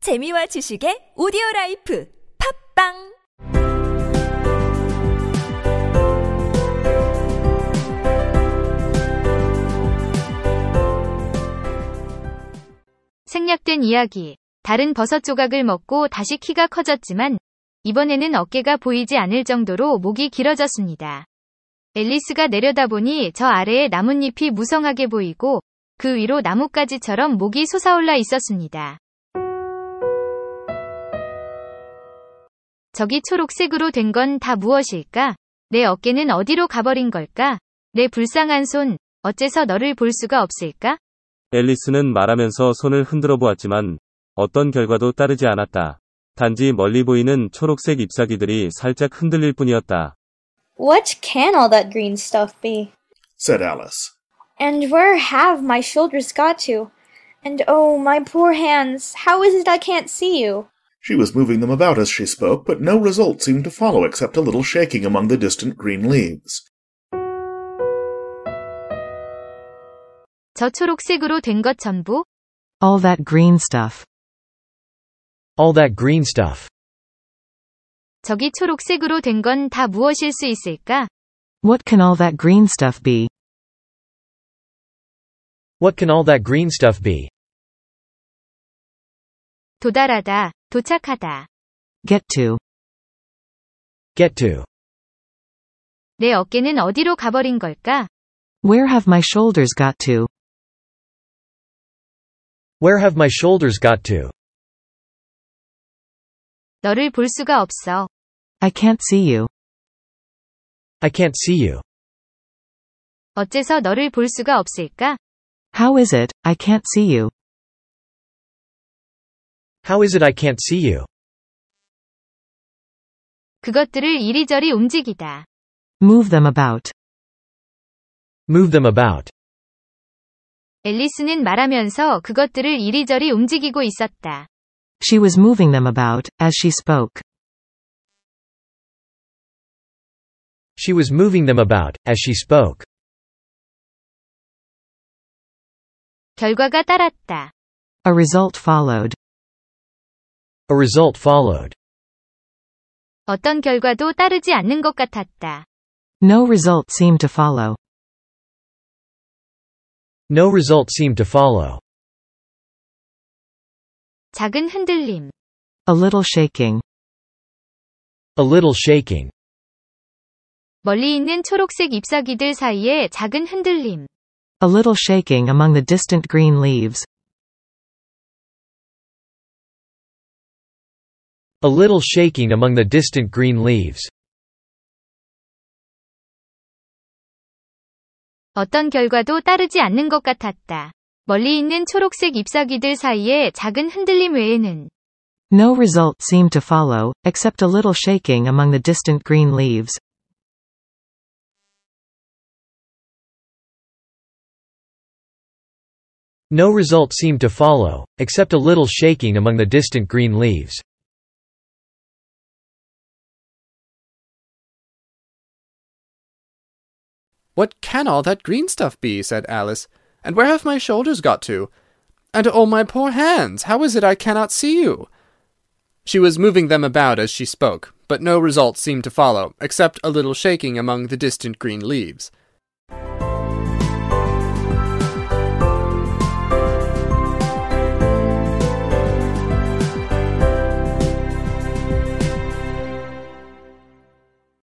재미와 지식의 오디오 라이프 팝빵 생략된 이야기. 다른 버섯 조각을 먹고 다시 키가 커졌지만 이번에는 어깨가 보이지 않을 정도로 목이 길어졌습니다. 앨리스가 내려다보니 저 아래에 나뭇잎이 무성하게 보이고 그 위로 나뭇가지처럼 목이 솟아올라 있었습니다. 저기 초록색으로 된 건 다 무엇일까? 내 어깨는 어디로 가버린 걸까? 내 불쌍한 손, 어째서 너를 볼 수가 없을까? 앨리스는 말하면서 손을 흔들어 보았지만 어떤 결과도 따르지 않았다. 단지 멀리 보이는 초록색 잎사귀들이 살짝 흔들릴 뿐이었다. What can all that green stuff be? said Alice. And where have my shoulders got to? And oh, my poor hands, how is it I can't see you? She was moving them about as she spoke, but no result seemed to follow except a little shaking among the distant green leaves. 저 초록색으로 된 것 전부? All that green stuff. All that green stuff. 저기 초록색으로 된 건 다 무엇일 수 있을까? What can all that green stuff be? What can all that green stuff be? 도달하다, 도착하다. Get to. Get to. 내 어깨는 어디로 가버린 걸까? Where have my shoulders got to? Where have my shoulders got to? 너를 볼 수가 없어. I can't see you. I can't see you. 어째서 너를 볼 수가 없을까? How is it, I can't see you? How is it I can't see you? 그것들을 이리저리 움직이다. Move them about. Move them about. 앨리스는 말하면서 그것들을 이리저리 움직이고 있었다. She was moving them about, as she spoke. She was moving them about, as she spoke. 결과가 따랐다. A result followed. A result followed. 어떤 결과도 따르지 않는 것 같았다. No result seemed to follow. No result seemed to follow. 작은 흔들림. A little shaking. A little shaking. 멀리 있는 초록색 잎사귀들 사이에 작은 흔들림. A little shaking among the distant green leaves. A little shaking among the distant green leaves. 어떤 결과도 따르지 않는 것 같았다. 멀리 있는 초록색 잎사귀들 사이에 작은 흔들림 외에는 No result seemed to follow, except a little shaking among the distant green leaves. No result seemed to follow, except a little shaking among the distant green leaves. What can all that green stuff be? said Alice. And where have my shoulders got to? And oh, my poor hands, how is it I cannot see you? She was moving them about as she spoke, but no result seemed to follow, except a little shaking among the distant green leaves.